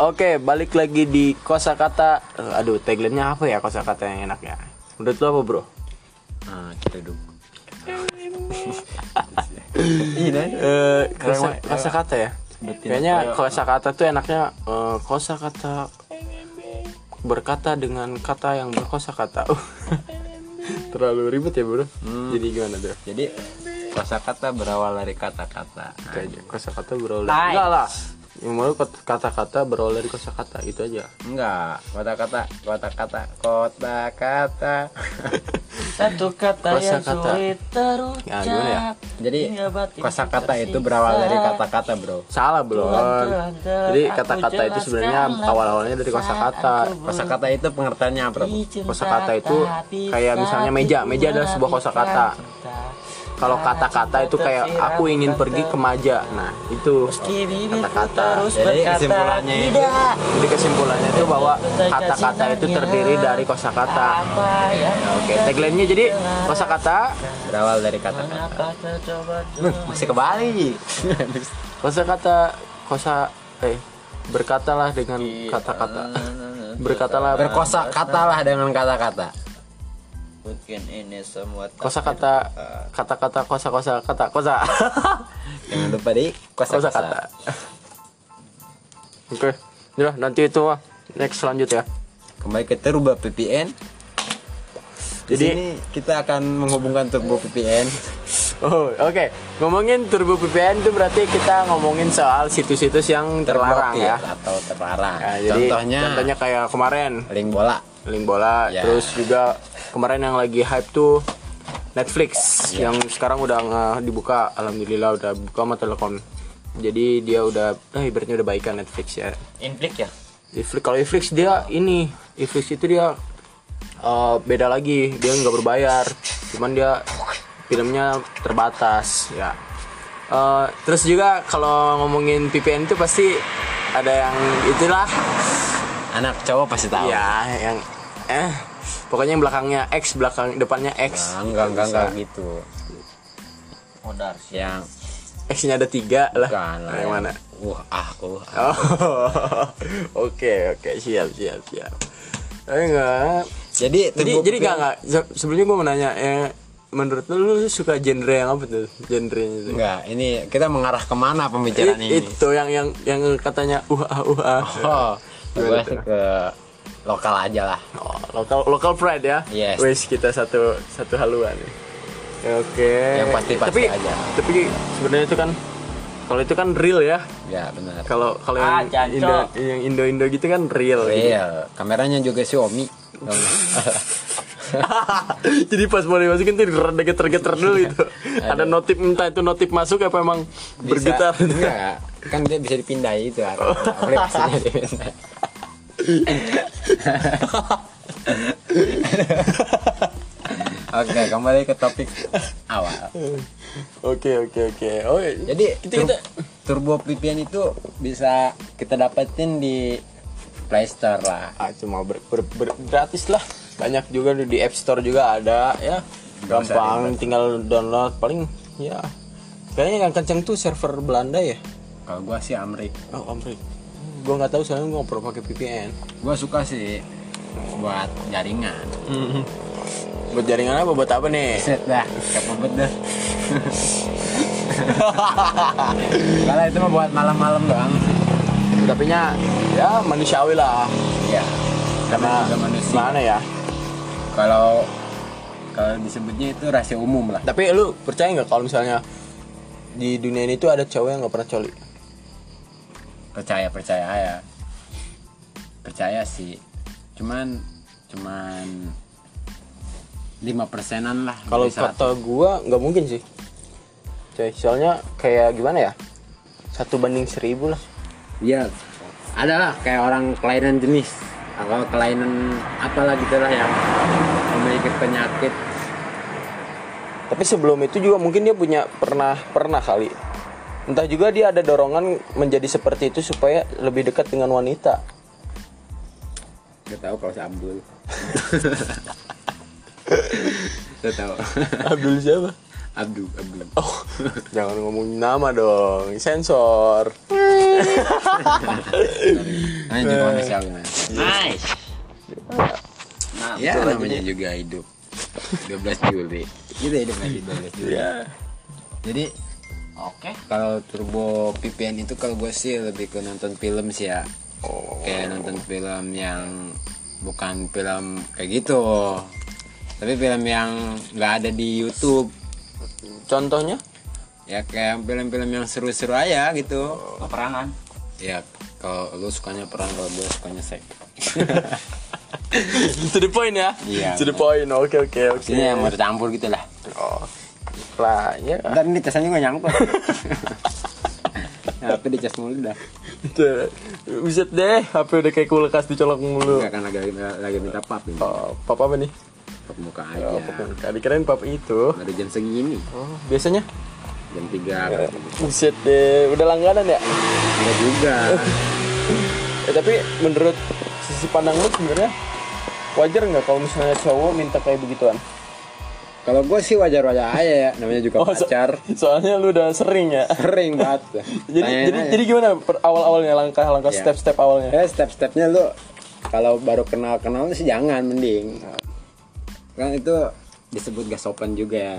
Oke, balik lagi di kosakata. Eh, Aduh, tagline-nya apa ya kosakata yang enak ya? Menurut lo apa, Bro? Ah, kita dukung. Iya kan? Eh, Rewe- kosa, rewe. kosakata ya? Sebutin Kayaknya apa ya? kosakata tuh enaknya eh, kosakata berkata dengan kata yang berkosakata. Terlalu ribet ya, Bro? Jadi gimana tuh? Jadi kosakata berawal dari kata-kata. Kayaknya kosakata berolah. Nice. Enggak lah. Yang mau kata-kata berolah dari kosakata itu aja. Enggak, kata-kata, kata-kata, kata-kata. Satu kata Kosa yang kata. sulit terucap Ya, gimana ya? Jadi hingga batin kosakata ku itu berawal dari tersiksa. kata-kata, Bro. Salah belum. Tuhan, Tuhan, Tuhan, Jadi aku kata-kata itu jelaskan sebenarnya lagi awal-awalnya dari saat kosakata. aku ber- Kosakata itu pengertiannya apa, Bro? Cinta Kosakata itu tapi kayak misalnya saat meja. itu Meja adalah sebuah kosakata. merapikan cinta. Kalau kata-kata Nah, itu kayak aku ingin pergi ke Maja. Nah, itu kata-kata kata-kata. terus Jadi berkata kesimpulannya itu- tidak Jadi kesimpulannya itu bahwa kata-kata itu terdiri dari kosakata. Apa yang Oke, tagline-nya jadi kosakata, Berawal dari kata-kata. Mengapa tercoba Nuh, masih ke Bali. kosakata, kosa eh berkatalah dengan kata-kata. Berkatalah Berkosa katalah dengan kata-kata. Mungkin ini semua tak kosakata, kata-kata kosa-kosa kata kosa. Jangan lupa di Kosa kata. kosakata. Oke, udah nanti itu ah. next lanjut ya. Kembali ke Turbo PPN. Di Jadi- sini kita akan menghubungkan Turbo PPN. Oh, oke. Ngomongin Turbo VPN itu berarti kita ngomongin soal situs-situs yang terlarang Terblokir ya. Atau terlarang. Nah, jadi Iya. contohnya, contohnya kayak kemarin link bola. link bola, Ya. terus juga kemarin yang lagi hype tuh Netflix yang sekarang udah nge- dibuka, alhamdulillah udah buka sama Telkom. Jadi dia udah eh ibaratnya udah baikan Netflix ya. Inflik ya? Netflix kalau Netflix dia ini Netflix itu dia eh, beda lagi dia nggak berbayar cuman dia filmnya terbatas ya Eh, terus juga kalau ngomongin VPN itu pasti ada yang itulah Anak cowok pasti tahu. ya yang eh pokoknya yang belakangnya X belakang depannya X Nah, enggak, enggak, enggak gitu. Modar sih Yang X-nya ada tiga lah bukan lah. Nah, yang mana Wah, ah, aku. ah. Oh, oke oke siap siap siap eh enggak Jadi, Jadi Turbo jadi VPN nggak nggak se- sebelumnya gue mau nanya eh, menurut lu, lu suka genre yang apa tuh genrenya itu? Enggak, ini kita mengarah kemana pembicaraan ini? Itu yang yang yang katanya uh ah uh ah. Oh, gue Gimana tuh? ke lokal aja lah. Oh, lokal lokal pride ya. Yes. Wes kita satu satu haluan. Ya, Oke. Yang pasti-pasti tapi, aja. Tapi sebenarnya itu kan kalau itu kan real ya. Ya benar. Kalau kalau Ah, yang jancok. Indo yang Indo Indo gitu kan real. Real, kameranya juga Xiaomi. Jadi pas mau dimasukin tuh geter-geter dulu gitu. Ada notif minta itu notif masuk apa emang bergetar. Iya. Bisa- Enggak, kan dia bisa dipindah itu arah- aplikasinya dipindah. Oke, kembali ke topik awal. Oke oke oke. Oh, Jadi kita, tur- kita Turbo VPN itu bisa kita dapetin di Play Store lah. ah, cuma ber, ber- ber- gratis lah. Banyak juga di di App Store juga ada ya. Nggak usah Gampang tinggal download paling ya. Kayaknya yang kenceng tuh server Belanda ya. Kalau gua sih Amrik, Oh, Amri. Gua nggak tahu soalnya gua nggak pernah pakai VPN. gua suka sih buat jaringan. Buat jaringan apa buat apa nih? Set dah, kepepet dah. Kalau itu mah buat malam-malam doang sih. Tapi nya ya manusiawi lah. Ya. Karena Karena juga manusia. mana ya? Kalau kalau disebutnya itu rahasia umum lah. Tapi lu percaya nggak kalau misalnya di dunia ini tuh ada cowok yang nggak pernah coli? Percaya percaya ya. Percaya sih. Cuman cuman lima persenan lah. Kalau dari seratus. kata gua nggak mungkin sih. Coy, soalnya kayak gimana ya? Satu banding seribu lah. Iya. Ada lah kayak orang kelainan jenis atau kelainan apalah gitulah yang memiliki penyakit Tapi sebelum itu juga mungkin dia punya pernah pernah kali. Entah juga dia ada dorongan menjadi seperti itu supaya lebih dekat dengan wanita. Gak tahu kalau si Abdul. Gak tahu. Abdul siapa? Abdu, Abdu. Oh, jangan ngomong nama dong. Sensor. Nah, juga manusia lah. Nice. Nah, Ya namanya juga hidup. 12 Juli. Kita hidup lagi 12 Juli. Ya. Jadi Oke. kalau turbo VPN itu kalau gue sih lebih ke nonton film sih ya. Oh. Kayak nonton film yang bukan film kayak gitu. Tapi film yang nggak ada di YouTube. Contohnya? Ya kayak film-film yang seru-seru aja gitu. Peperangan. Ya kalau lu sukanya perang kalau gue sukanya seks. To the point ya. Iya. To the point. Oke, oke, oke. Sini yang bercampur gitu lah. Iya. Oh. Lah, ya. Ntar ini casanya gak nyangkut. ya, tapi di cas mulu dah. Tuh, Buset deh, HP udah kayak kulkas dicolok mulu. Gak akan lagi lagi minta pap ini. Oh, pap apa nih? Pap muka Ya, aja. pap muka. Dikirain pap itu. Baru jam segini, Oh, biasanya? jam 3 Buset deh, udah langganan ya? Enggak juga. Ya, tapi menurut sisi pandang lu sebenarnya wajar nggak kalau misalnya cowok minta kayak begituan? Kalau gue sih wajar-wajar aja ya, namanya juga Oh, so- pacar. soalnya lu udah sering ya. Kering banget. Jadi Tanyain jadi aja. jadi gimana per awal-awalnya langkah-langkah Iya. step-step awalnya? Ya step-stepnya lu kalau baru kenal-kenal sih jangan mending. Kan itu disebut gak sopan juga ya.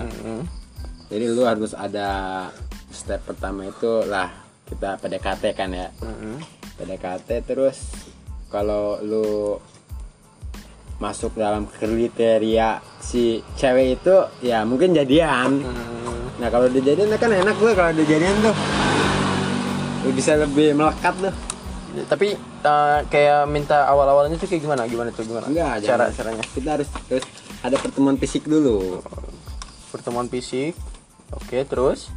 Jadi lu harus ada step pertama itu lah kita PDKT kan ya. PDKT terus kalau lu masuk dalam kriteria si cewek itu ya mungkin jadian. Nah kalau udah jadian kan enak tuh kalau udah jadian tuh Lu bisa lebih melekat tuh. Tapi eh, kayak minta awal-awalnya tuh kayak gimana? Gimana tuh gimana? Enggak, cara jangan. caranya. Kita harus terus ada pertemuan fisik dulu. Pertemuan fisik. Oke, terus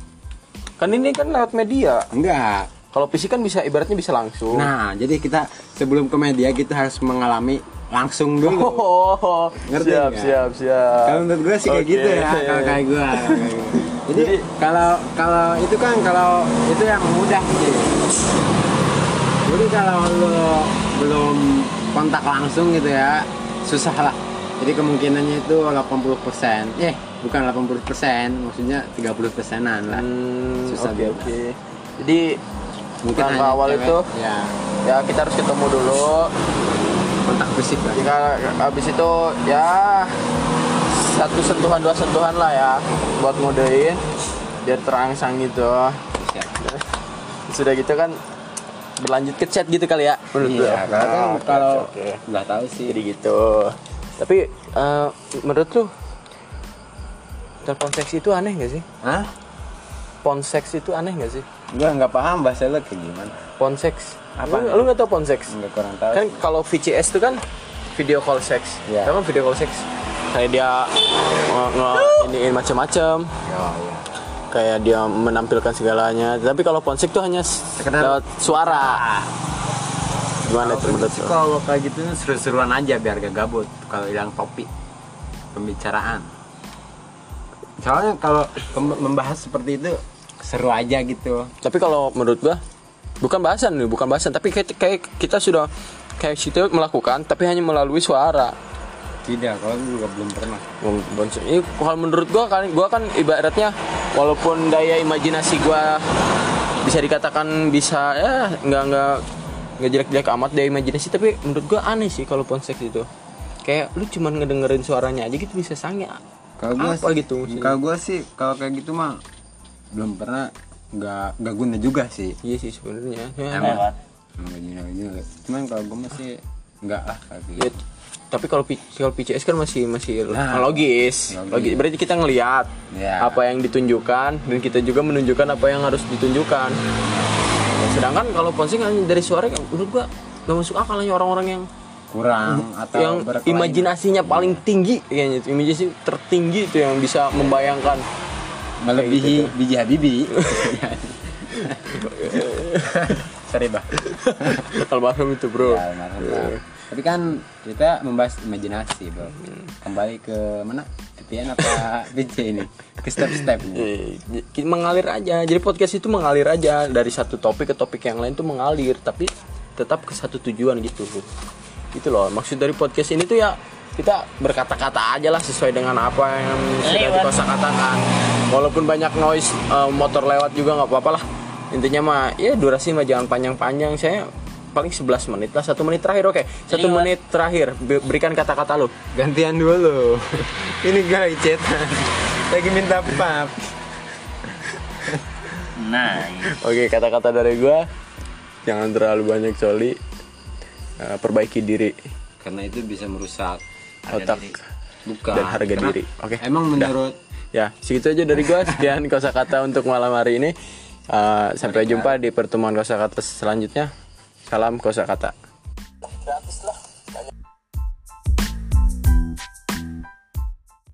kan ini kan lewat media. Enggak. Kalau fisik kan bisa ibaratnya bisa langsung. Nah, jadi kita sebelum ke media kita harus mengalami langsung dulu. Oh, Ngerti siap, nggak? siap, siap. Kalau menurut gue sih kayak Oke. gitu ya, kalau kayak gue. Jadi Jadi- kalau kalau itu kan kalau itu yang mudah sih. Jadi kalau lo belum kontak langsung gitu ya, susah lah. Jadi kemungkinannya itu 80%. Eh, bukan 80%, maksudnya 30%-an lah. Hmm, Susah oke, banget. oke. Jadi mungkin hanya awal cewek- itu ya ya kita harus ketemu dulu. kontak fisik lah. Jika habis itu ya satu sentuhan dua sentuhan lah ya buat ngodein biar terangsang gitu. Ya. Sudah gitu kan berlanjut ke chat gitu kali ya menurut Iya, lo? karena kan Ah, oke, kalau oke, oke. nggak tahu sih. jadi gitu tapi eh, menurut lu telepon seks itu aneh gak sih Hah? ponseks itu aneh gak sih Gua nggak paham bahasa lo kayak gimana. ponseks Apa? lu, lu gak tau ponseks Nggak kurang tahu. kan kalau VCS itu kan video call seks Iya. Emang video call seks kayak dia nge, nge- iniin macam-macam Ya, ya. kayak dia menampilkan segalanya tapi kalau ponsek tuh hanya s- Sekedar- lewat suara gimana tuh menurut lu? Kalau kayak gitu seru-seruan aja biar gak gabut. Kalau hilang topik pembicaraan. Soalnya kalau pem- membahas seperti itu seru aja gitu. tapi kalau menurut gua bukan bahasan nih bukan bahasan tapi kayak, kayak kita sudah kayak situ melakukan tapi hanya melalui suara Tidak, kalau gue juga belum pernah. Bom- bonsai. ini kalau iya, menurut gua kan gua kan ibaratnya walaupun daya imajinasi gua bisa dikatakan bisa ya nggak nggak nggak jelek-jelek amat daya imajinasi tapi menurut gua aneh sih kalau ponsek itu kayak lu cuman ngedengerin suaranya aja gitu bisa sange kalau gua Apa sih- gitu maksudnya? kalau gua sih kalau kayak gitu mah belum pernah nggak nggak guna juga sih iya sih sebenarnya Ya, emang nggak guna juga cuman kalau gua masih nggak lah kayak Ya, gitu tapi kalau P- kalau PCS kan masih masih Nah, logis. logis. logis. Berarti kita ngelihat Ya. apa yang ditunjukkan dan kita juga menunjukkan apa yang harus ditunjukkan. Ya, sedangkan kalau ponsing hanya dari suara kan menurut gua nggak masuk akal hanya orang-orang yang kurang atau yang berkelainan. imajinasinya paling tinggi kayaknya itu. imajinasi tertinggi itu yang bisa membayangkan melebihi biji habibi sorry bah almarhum itu bro Ya, almarhum, Bang. tapi kan kita membahas imajinasi bro kembali ke mana VPN apa BC ini ke step-stepnya Eh, ki- mengalir aja jadi podcast itu mengalir aja dari satu topik ke topik yang lain tuh Gitu mengalir tapi tetap ke satu tujuan gitu itu loh maksud dari podcast ini tuh ya kita berkata-kata aja lah sesuai dengan apa yang sudah Lewat. kita katakan walaupun banyak noise eh, motor lewat juga nggak apa-apa lah intinya mah ya durasi mah jangan panjang-panjang saya paling 11 menit lah satu menit terakhir oke satu Lewat. menit terakhir Be- berikan kata-kata lu Gantian dulu. Ini gue lagi cetan. Lagi minta pap. Nice. oke kata-kata dari gua jangan terlalu banyak coli Eh, perbaiki diri Karena itu bisa merusak otak bukan Dan harga Karena diri. Oke. Emang menurut ya segitu aja dari gua sekian kosakata untuk malam hari ini Eh, sampai jumpa di pertemuan kosakata selanjutnya salam kosakata gratis lah